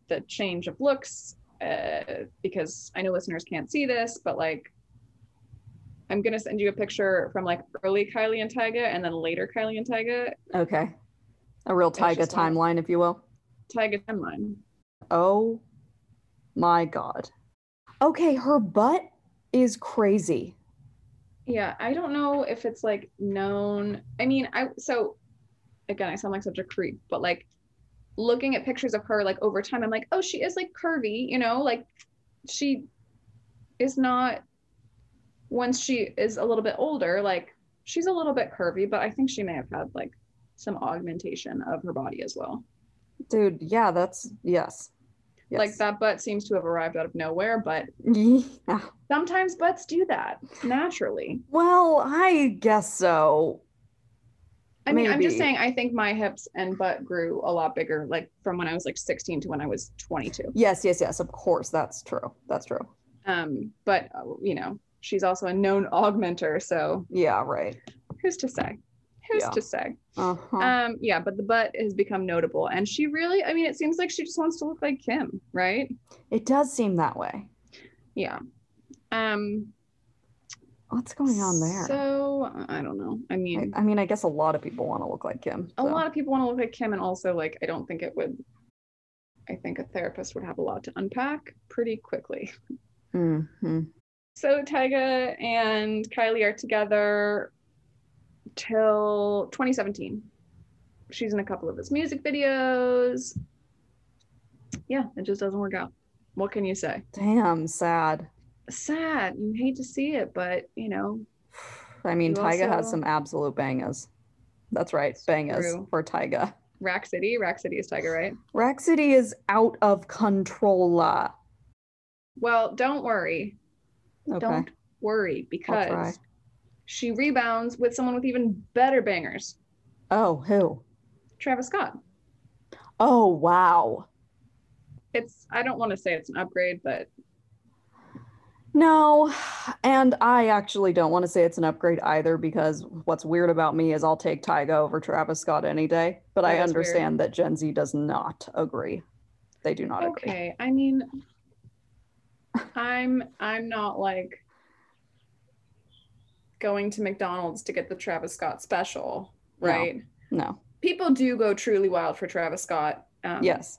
A: the change of looks uh, because i know listeners can't see this but like i'm going to send you a picture from like early kylie and tyga and then later kylie and tyga
B: Okay. A real
A: It's
B: Tyga
A: just not-
B: timeline, if you will.
A: tyga timeline
B: Oh my God. Okay, her butt is crazy.
A: Yeah, I don't know if it's like known. I mean, I so again, I sound like such a creep, but like looking at pictures of her like over time, I'm like, oh, she is like curvy, you know, like she is not once she is a little bit older, like she's a little bit curvy, but I think she may have had like some augmentation of her body as well.
B: Dude, yeah, that's yes.
A: Like that butt seems to have arrived out of nowhere, but
B: Yeah.
A: sometimes butts do that naturally.
B: Well, I guess so.
A: I mean, I'm just
B: Maybe.
A: saying, I think my hips and butt grew a lot bigger, like from when I was like 16 to when I was 22.
B: Yes, yes, yes. Of course, that's true. That's true.
A: Um, but, uh, you know, she's also a known augmenter. So
B: Yeah, right.
A: who's to say? Who's
B: Yeah.
A: to say?
B: Uh-huh.
A: Um, yeah, but the butt has become notable. And she really, I mean, it seems like she just wants to look like Kim, right?
B: it does seem that way.
A: Yeah. Um,
B: What's going on there?
A: So I don't know. I mean,
B: I, I mean, I guess a lot of people want to look like Kim.
A: a
B: so.
A: lot of people want to look like Kim, and also like I don't think it would. I think a therapist would have a lot to unpack pretty quickly.
B: Mhm.
A: So Tyga and Kylie are together till 2017. She's in a couple of his music videos. Yeah, it just doesn't work out. What can you say?
B: Damn, sad.
A: Sad. You hate to see it, but you know,
B: I mean,
A: You
B: Tyga has
A: also-
B: some absolute bangers. That's right,
A: It's
B: bangers
A: true.
B: for Tyga.
A: Rack City. Rack City is Tyga, right?
B: Raxity is out of control. Okay.
A: Well, don't worry. Don't worry because she rebounds with someone with even better bangers,
B: Oh, who?
A: Travis Scott.
B: Oh, wow.
A: It's I don't want to say it's an upgrade, but
B: No, and I actually don't want to say it's an upgrade either because what's weird about me is I'll take Tyga over Travis Scott any day, but I
A: That is weird.
B: understand that Gen Z does not agree. They do not agree.
A: okay. I mean, I'm I'm not like going to McDonald's to get the Travis Scott special,
B: No.
A: right?
B: No.
A: People do go truly wild for Travis Scott. Um,
B: Yes.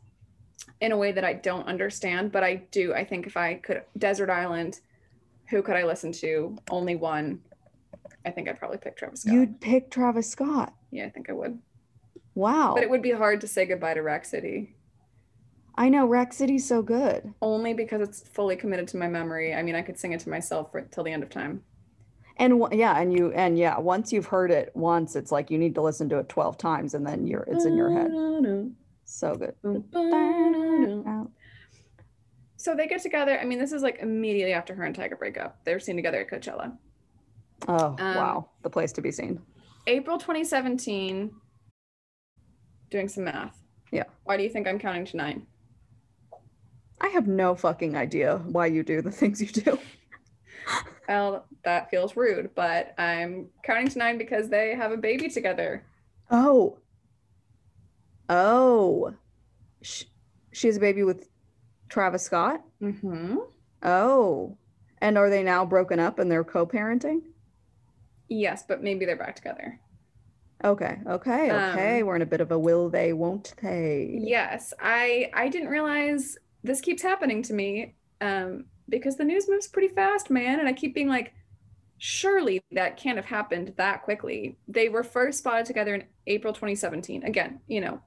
A: in a way that I don't understand, but I do. I think if I could Desert Island, who could I listen to? Only one. I think I'd probably pick Travis Scott.
B: You'd pick Travis Scott.
A: yeah, I think I would.
B: Wow.
A: But it would be hard to say goodbye to Rack City
B: I know Raxity's so good.
A: only because it's fully committed to my memory. I mean, I could sing it to myself for, till the end of time.
B: And w- yeah, and you and yeah, once you've heard it once, it's like you need to listen to it 12 times and then you're it's in your head. So good.
A: Mm-hmm. So they get together. I mean, this is like immediately after her and Tiger break up. They're seen together at Coachella.
B: Oh,
A: Um,
B: wow. The place to be seen.
A: April 2017, doing some math.
B: Yeah.
A: Why do you think I'm counting to nine?
B: I have no fucking idea why you do the things you do.
A: Well, that feels rude, but I'm counting to nine because they have a baby together.
B: Oh. Oh. She, she has a baby with Travis Scott.
A: Mm-hmm.
B: Oh. And are they now broken up and they're co parenting?
A: Yes, but maybe they're back together.
B: Okay. Okay. Okay.
A: Um,
B: We're in a bit of a will they, won't they?
A: Yes, I I didn't realize this keeps happening to me um, because the news moves pretty fast, man, and I keep being like, surely that can't have happened that quickly. They were first spotted together in April 2017. Again, you know,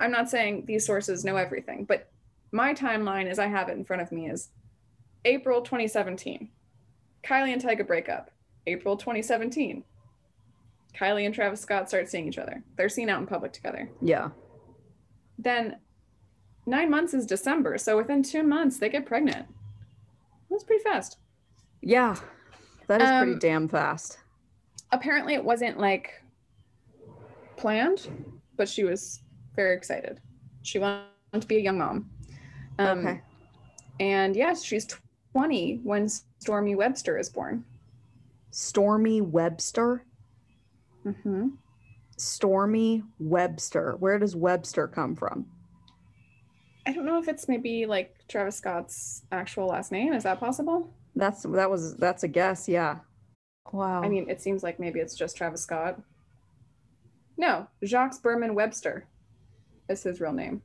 A: I'm not saying these sources know everything, but my timeline, as I have it in front of me, is April 2017. Kylie and Tyga break up. April 2017. Kylie and Travis Scott start seeing each other. They're seen out in public together
B: Yeah.
A: then nine months is December. So within two months, they get pregnant. That's pretty fast.
B: Yeah. That is pretty
A: Um,
B: damn fast.
A: Apparently, it wasn't like planned, but she was very excited. She wanted to be a young mom. Um,
B: okay.
A: And yes, she's 20 when Stormy Webster is born.
B: Stormy Webster.
A: Mm-hmm.
B: Stormy Webster. Where does Webster come from?
A: I don't know if it's maybe like Travis Scott's actual last name. Is that possible?
B: That's that was that's a guess, yeah. Wow.
A: I mean, it seems like maybe it's just Travis Scott. No, Jacques Berman Webster is his real name.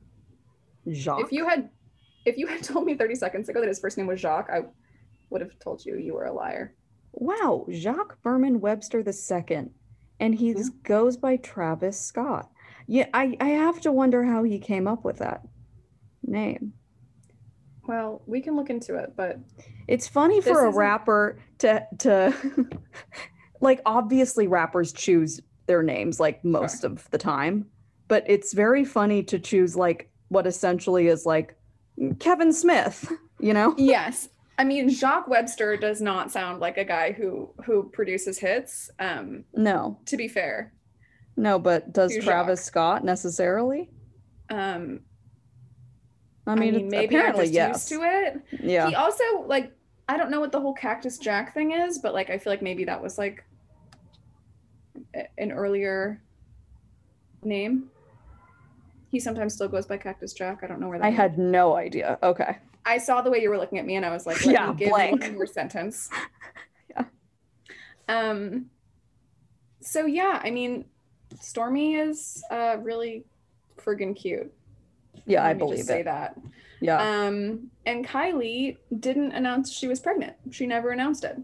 B: Jacques.
A: If you had, if you had told me 30 seconds ago that his first name was Jacques, I would have told you you were a liar.
B: wow, Jacques Berman Webster II, and he
A: Yeah.
B: goes by Travis Scott. Yeah, I, I have to wonder how he came up with that name.
A: Well, we can look into it, but
B: It's funny
A: This
B: for a
A: isn't-
B: rapper to to like obviously rappers choose their names like most of the time, but it's very funny to choose like what essentially is like Kevin Smith, you know?
A: yes. I mean, Jacques Webster does not sound like a guy who who produces hits. Um,
B: No.
A: to be fair,
B: No, but does
A: Who's
B: Travis Scott necessarily?
A: um,
B: I
A: I mean,
B: mean, it's-
A: maybe I'm
B: apparently
A: just
B: yes.
A: used to it.
B: Yeah.
A: He also like I don't know what the whole Cactus Jack thing is, but like I feel like maybe that was like a- an earlier name. He sometimes still goes by Cactus Jack. I don't know where that.
B: I
A: came
B: had no idea. Okay.
A: I saw the way you were looking at me and I was like, let
B: Yeah,
A: me give
B: blank.
A: one more sentence.
B: Yeah.
A: Um so yeah, I mean Stormy is uh really friggin' cute.
B: Yeah, I
A: Let me just
B: believe
A: say
B: it.
A: that.
B: Yeah.
A: Um and Kylie didn't announce she was pregnant. She never announced it.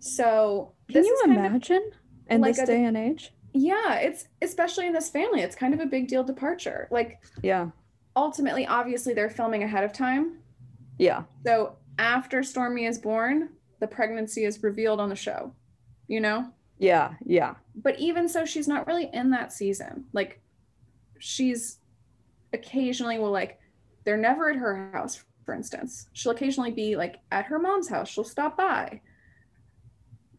A: So
B: Can
A: this
B: you
A: is kind of-
B: imagine in
A: like
B: this
A: a-
B: day and age?
A: yeah, it's especially in this family, it's kind of a big deal departure. Like
B: Yeah.
A: ultimately, obviously they're filming ahead of time.
B: Yeah.
A: So after Stormy is born, the pregnancy is revealed on the show, you know?
B: Yeah. Yeah.
A: But even so, she's not really in that season. Like, she's occasionally will, like, they're never at her house, for instance. She'll occasionally be, like, at her mom's house. She'll stop by,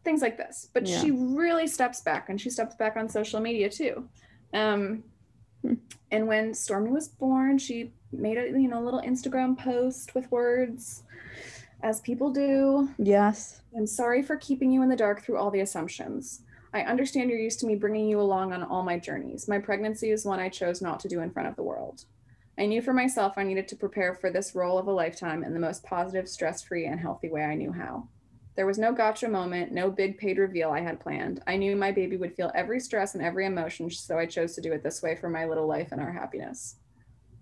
A: things like this. But
B: Yeah.
A: she really steps back and she steps back on social media too. Um,
B: Hmm.
A: and when Stormy was born, she made a, you know, little Instagram post with words, as people do.
B: Yes.
A: I'm sorry for keeping you in the dark through all the assumptions. I understand you're used to me bringing you along on all my journeys. My pregnancy is one I chose not to do in front of the world. I knew for myself I needed to prepare for this role of a lifetime in the most positive, stress free, and healthy way I knew how. There was no gotcha moment, no big paid reveal I had planned. I knew my baby would feel every stress and every emotion, so I chose to do it this way for my little life and our happiness.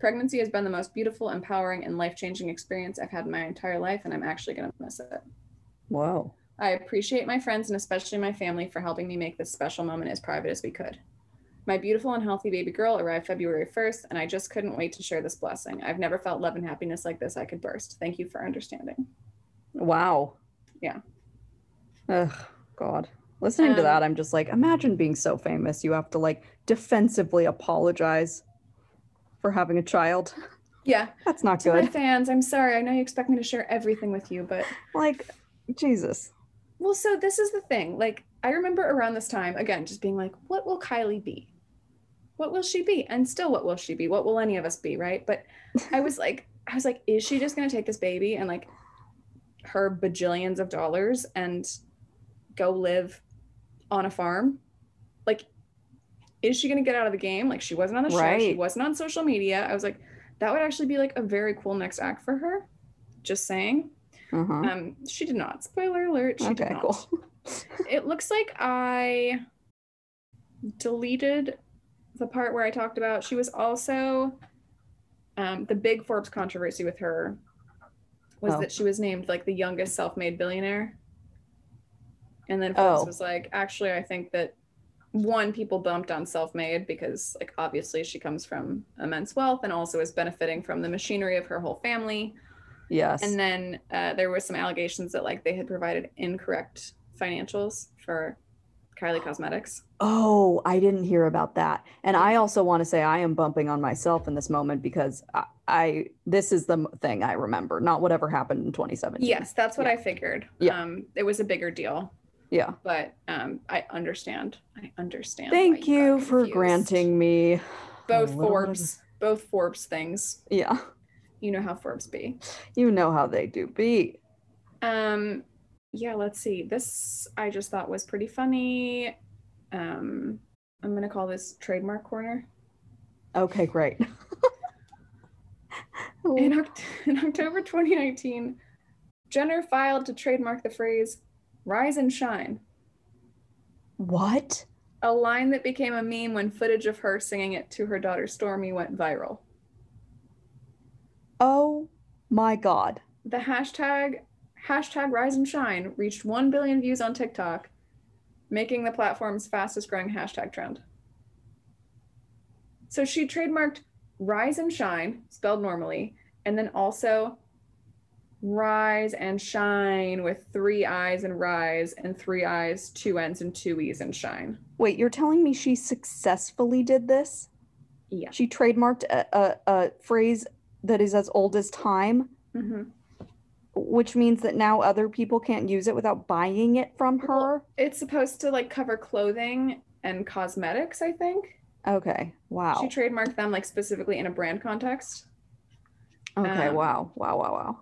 A: Pregnancy has been the most beautiful, empowering, and life changing experience I've had in my entire life, and I'm actually going to miss it.
B: Whoa.
A: I appreciate my friends and especially my family for helping me make this special moment as private as we could. My beautiful and healthy baby girl arrived February 1st, and I just couldn't wait to share this blessing. I've never felt love and happiness like this. I could burst. Thank you for understanding.
B: Wow.
A: Yeah.
B: Ugh. God. Listening to
A: Um,
B: that, I'm just like, imagine being so famous. You have to like defensively apologize for having a child.
A: Yeah.
B: That's not
A: To my
B: good.
A: fans, I'm sorry. I know you expect me to share everything with you, but
B: Like, Jesus.
A: well, so this is the thing. Like, I remember around this time, again, just being like, what will Kylie be? What will she be? And still, what will she be? What will any of us be? Right. But I was like, I was like, is she just going to take this baby and like her bajillions of dollars and go live on a farm? Like, is she going to get out of the game? Like, she wasn't on the show. She
B: Right.
A: wasn't on social media. I was like, that would actually be like a very cool next act for her. Just saying.
B: Uh huh.
A: Um, she did not. Spoiler alert. She did
B: Okay,
A: not.
B: cool.
A: It looks like I deleted the part where I talked about she was also um, the big Forbes controversy with her was
B: Oh.
A: that she was named like the youngest self-made billionaire. And then Forbes
B: Oh.
A: was like, actually, I think that one people bumped on self-made because like obviously she comes from immense wealth and also is benefiting from the machinery of her whole family.
B: Yes.
A: And then uh, there were some allegations that like they had provided incorrect financials for Kylie Cosmetics.
B: Oh, I didn't hear about that. And I also want to say I am bumping on myself in this moment because I, I this is the m- thing I remember, not whatever happened in 2017.
A: Yes, that's what
B: Yeah.
A: I figured.
B: Yeah.
A: Um, it was a bigger deal,
B: Yeah.
A: but um, I understand. I understand. why
B: Thank
A: got
B: you for
A: confused.
B: granting me.
A: both
B: a little
A: Forbes, both Forbes things.
B: bit- Yeah.
A: You know how Forbes be.
B: You know how they do be.
A: Um, yeah, let's see. This I just thought was pretty funny. Um, I'm gonna call this trademark corner.
B: Okay, great.
A: In, Oct- in October 2019, Jenner filed to trademark the phrase rise and shine,
B: what?
A: a line that became a meme when footage of her singing it to her daughter Stormy went viral.
B: Oh my god.
A: The hashtag hashtag Rise and Shine reached 1 billion views on TikTok, making the platform's fastest growing hashtag trend. So she trademarked Rise and Shine, spelled normally, and then also Rise and Shine with three I's and Rise and three I's, two N's and two E's and Shine.
B: Wait, you're telling me she successfully did this?
A: Yeah.
B: She trademarked a, a, a phrase that is as old as time,
A: Mm-hmm.
B: which means that now other people can't use it without buying it from her.
A: It's supposed to like cover clothing and cosmetics, I think.
B: Okay. Wow.
A: She trademarked them like specifically in a brand context.
B: Okay.
A: um,
B: wow. Wow. Wow. Wow.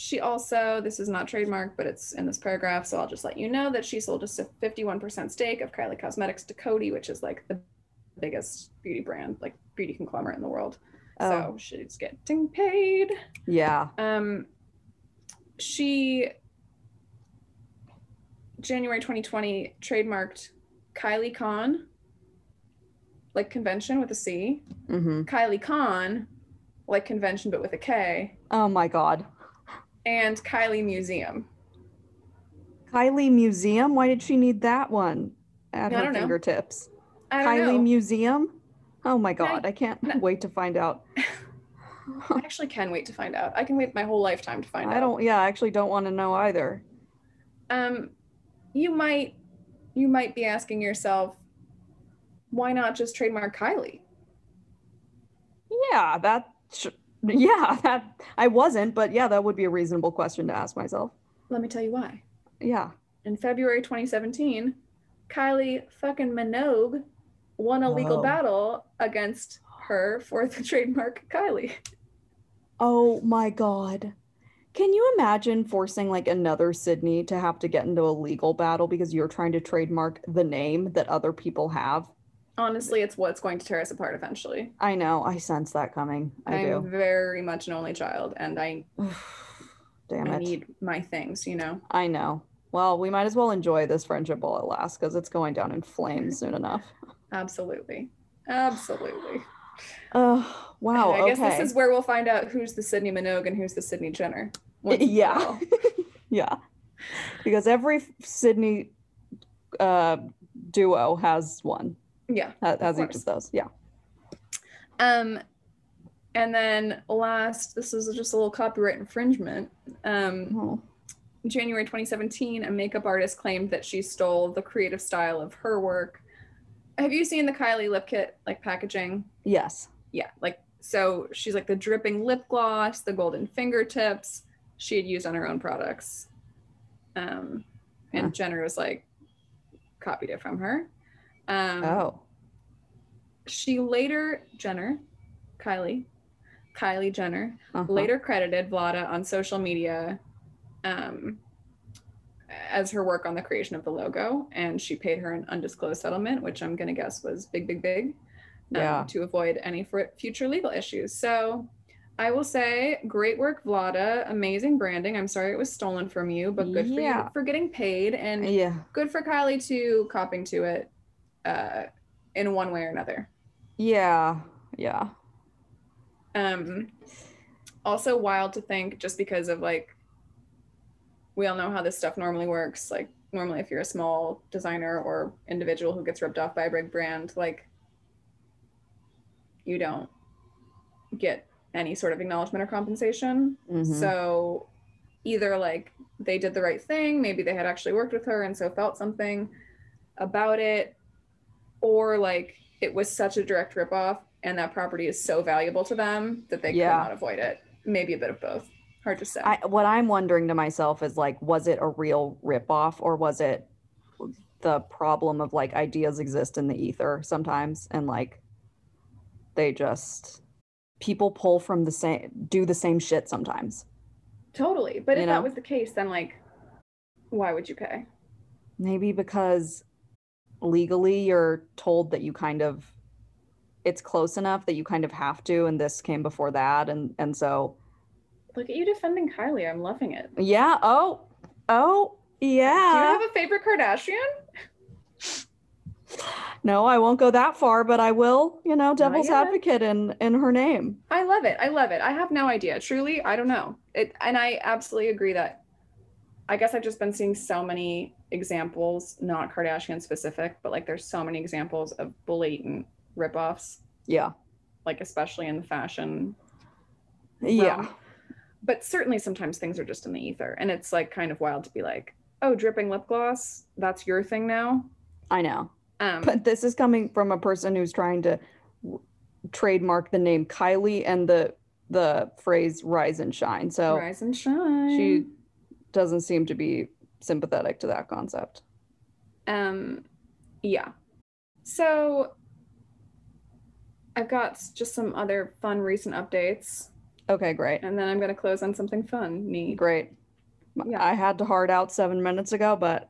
A: She also, this is not trademarked, but it's in this paragraph, so I'll just let you know that she sold just a 51% stake of Kylie Cosmetics to Coty, which is like the biggest beauty brand, like beauty conglomerate in the world. So she's getting paid.
B: Yeah.
A: Um, she, January 2020, trademarked Kylie Con, like convention with a C.
B: Mm-hmm.
A: Kylie Con, like convention but with a K.
B: Oh my God.
A: And Kylie Museum.
B: Kylie Museum. Why did she need that one at
A: I
B: her
A: don't know.
B: fingertips?
A: I don't
B: Kylie
A: know.
B: Museum. Oh my
A: No, I-
B: God. I can't
A: no.
B: wait to find out.
A: I actually can wait to find out. I can wait my whole lifetime to find out.
B: I don't. Yeah. I actually don't want to know either.
A: um you might you might be asking yourself why not just trademark Kylie?
B: Yeah. That. Sh- yeah. That. I wasn't. But yeah, that would be a reasonable question to ask myself.
A: Let me tell you why.
B: Yeah.
A: In February 2017, Kylie fucking Minogue won a legal
B: Whoa.
A: battle against her for the trademark Kylie.
B: Oh my God. Can you imagine forcing like another Sydney to have to get into a legal battle because you're trying to trademark the name that other people have?
A: Honestly, it's what's going to tear us apart eventually.
B: I know, I sense that coming. I
A: am
B: do.
A: very much an only child and I,
B: Damn
A: I
B: it.
A: need my things, you know.
B: I know. Well, we might as well enjoy this friendship while it lasts because it's going down in flames soon enough.
A: Absolutely. Absolutely.
B: Oh, wow.
A: And I guess
B: okay.
A: this is where we'll find out who's the Sydney Minogue and who's the Sydney Jenner. Once and for
B: Yeah.
A: all.
B: Yeah. Because every Sydney uh, duo has one,
A: Yeah.
B: ha- has each
A: course.
B: of those. Yeah.
A: Um, and then last, this is just a little copyright infringement. Um,
B: Oh.
A: January 2017, a makeup artist claimed that she stole the creative style of her work. Have you seen the Kylie lip kit like packaging?
B: Yes.
A: Yeah, like so she's like the dripping lip gloss, the golden fingertips she had used on her own products. Um, and
B: Huh.
A: Jenner was like copied it from her. Um,
B: Oh.
A: she later Jenner, Kylie, Kylie Jenner
B: Uh-huh.
A: later credited Vlada on social media um, as her work on the creation of the logo, and she paid her an undisclosed settlement, which I'm gonna guess was big, big, big, um,
B: Yeah.
A: to avoid any fr- future legal issues. So. I will say, great work, Vlada. Amazing branding. I'm sorry it was stolen from you, but good for
B: Yeah.
A: you for getting paid. And
B: Yeah.
A: good for Kylie to copping to it uh, in one way or another.
B: Yeah. Yeah.
A: Um, also wild to think just because of like we all know how this stuff normally works. Like normally if you're a small designer or individual who gets ripped off by a big brand, like you don't get any sort of acknowledgement or compensation.
B: Mhm.
A: So either like they did the right thing, maybe they had actually worked with her and so felt something about it, or like it was such a direct ripoff and that property is so valuable to them that they
B: Yeah.
A: could not avoid it. Maybe a bit of both. Hard to say.
B: I, what I'm wondering to myself is like, was it a real ripoff or was it the problem of like ideas exist in the ether sometimes and like they just people pull from the same do the same shit sometimes.
A: totally. But
B: You
A: if
B: know?
A: that was the case, then like why would you pay?
B: Maybe because legally you're told that you kind of it's close enough that you kind of have to and this came before that and and so
A: Look at you defending Kylie. I'm loving it.
B: yeah, oh, oh,
A: Do you
B: yeah.
A: have a favorite Kardashian?
B: No, I won't go that far, but I will, you know, devil's
A: yet.
B: advocate in in her name.
A: I love it. I love it. I have no idea. Truly, I don't know. It and I absolutely agree that I guess I've just been seeing so many examples, not Kardashian specific, but like there's so many examples of blatant ripoffs,
B: Yeah.
A: like especially in the fashion.
B: Yeah.
A: realm. But certainly sometimes things are just in the ether. And it's like kind of wild to be like, oh, dripping lip gloss, that's your thing now.
B: I know.
A: Um,
B: But this is coming from a person who's trying to w- trademark the name Kylie and the the phrase rise and shine. So
A: rise and shine.
B: she doesn't seem to be sympathetic to that concept.
A: Um, yeah. So I've got s- just some other fun recent updates,
B: Okay, great.
A: and then I'm going to close on something fun. Neat.
B: Great. M-
A: Yeah.
B: I had to hard out 7 minutes ago, but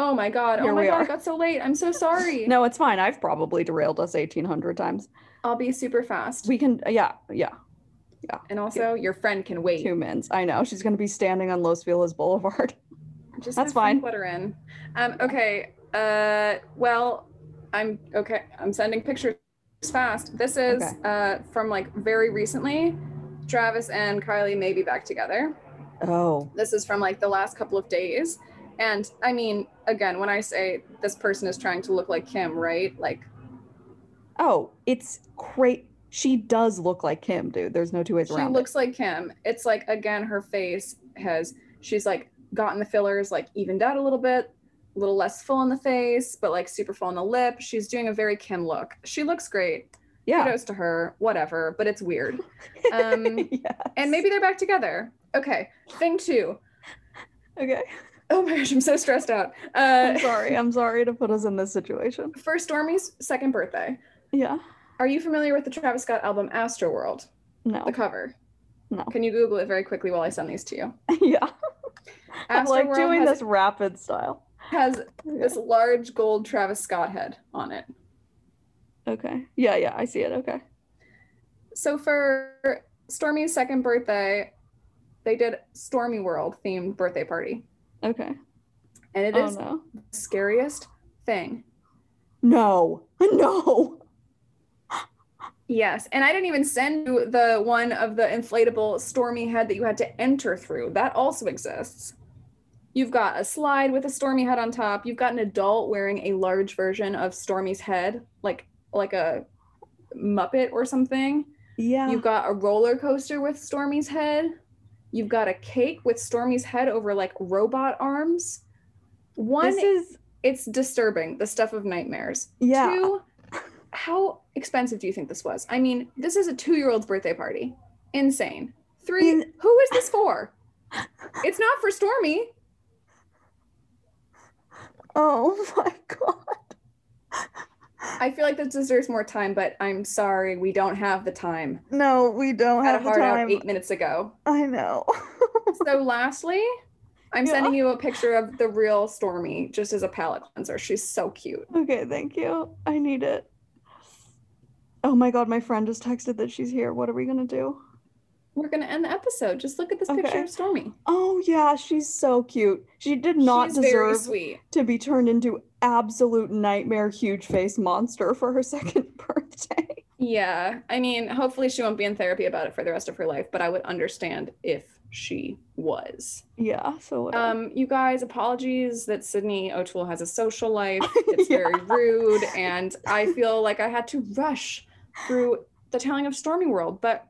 A: Oh my God.
B: Here
A: oh my
B: we
A: God. I
B: are.
A: got so late. I'm so sorry.
B: no, it's fine. I've probably derailed us 1800 times.
A: I'll be super fast.
B: We can yeah, yeah.
A: And also, your friend can wait.
B: Humans. I know. She's going to be standing on Los Feliz Boulevard.
A: Just
B: That's
A: have fun,
B: fine.
A: Flutter in. Um, okay. Uh, well, I'm okay. I'm sending pictures fast. This is
B: Okay.
A: uh, from like very recently. Travis and Kylie may be back together.
B: Oh.
A: This is from like the last couple of days. And I mean, again, when I say this person is trying to look like Kim, right? Like,
B: Oh, it's great. She does look like Kim, dude. There's no two ways
A: she
B: around
A: looks like Kim. It's like, again, her face has, she's like gotten the fillers like evened out a little bit, a little less full in the face, but like super full on the lip. She's doing a very Kim look. She looks great.
B: it. Yeah.
A: Kudos to her, whatever, but it's weird. Um,
B: yeah.
A: and maybe they're back together. Okay. Thing two.
B: Okay.
A: Oh my gosh, I'm so stressed out. Uh,
B: I'm sorry. I'm sorry to put us in this situation.
A: for Stormy's second birthday,
B: Yeah.
A: Are you familiar with the Travis Scott album Astroworld?
B: No.
A: The cover.
B: No.
A: Can you Google it very quickly while I send these to you?
B: yeah. I'm like
A: Astroworld
B: doing
A: has,
B: this rapid style.
A: has
B: Okay.
A: this large gold Travis Scott head on it.
B: okay. Yeah. Yeah. I see it. Okay.
A: So for Stormy's second birthday, they did Stormy World themed birthday party,
B: Okay.
A: and it
B: oh
A: is
B: no.
A: the scariest thing.
B: No. No.
A: Yes, and I didn't even send you the one of the inflatable stormy head that you had to enter through. That also exists. You've got a slide with a stormy head on top. You've got an adult wearing a large version of Stormy's head, like like a Muppet or something.
B: Yeah.
A: You've got a roller coaster with Stormy's head. You've got a cake with Stormy's head over like robot arms. One,
B: this is
A: it's disturbing, the stuff of nightmares.
B: yeah.
A: Two, how expensive do you think this was? I mean, this is a two-year-old's birthday party. Insane. Three,
B: In-
A: who is this for? It's not for Stormy.
B: Oh my god.
A: I feel like this deserves more time, but I'm sorry, we don't have the time.
B: No, we don't
A: Had
B: have
A: a
B: the
A: hard out
B: time.
A: eight minutes ago.
B: I know.
A: So lastly, I'm
B: Yeah.
A: sending you a picture of the real Stormy just as a palette cleanser. She's so cute.
B: okay. Thank you. I need it. Oh my god. My friend just texted that she's here. What are we gonna do?
A: We're gonna end the episode. Just look at this picture
B: Okay.
A: of Stormy.
B: Oh yeah, she's so cute. She did not
A: She's very
B: deserve
A: sweet.
B: to be turned into absolute nightmare huge face monster for her second birthday.
A: Yeah. I mean, hopefully she won't be in therapy about it for the rest of her life, but I would understand if she was.
B: Yeah, so whatever.
A: Um, you guys, apologies that Sydney O'Toole has a social life. It's
B: Yeah.
A: very rude. And I feel like I had to rush through the telling of Stormy World, but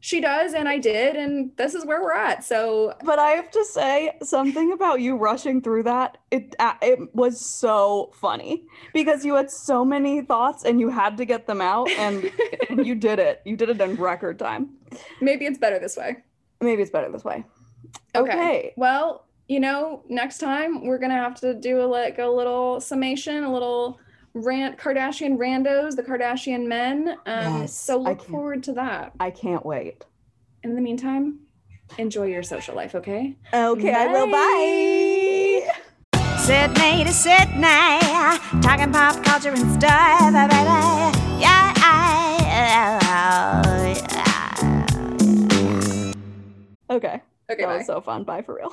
A: she does, and I did, and this is where we're at. So
B: but I have to say something about you rushing through that. It uh, it was so funny because you had so many thoughts and you had to get them out, and, and you did it. You did it in record time.
A: maybe it's better this way.
B: Maybe it's better this way.
A: Okay. Well, you know, next time we're gonna have to do a, like a little summation, a little rant, Kardashian randos, the Kardashian men. Um,
B: Yes,
A: so
B: I
A: look
B: can't-
A: forward to that.
B: I can't wait.
A: In the meantime, enjoy your social life, okay?
B: Okay, I will. Bye.
C: Sydney to Sydney, talking pop culture and stuff, baby. Yeah, uh, I, yeah.
B: Okay,
A: Okay,
B: that
A: bye.
B: was so fun. Bye for real.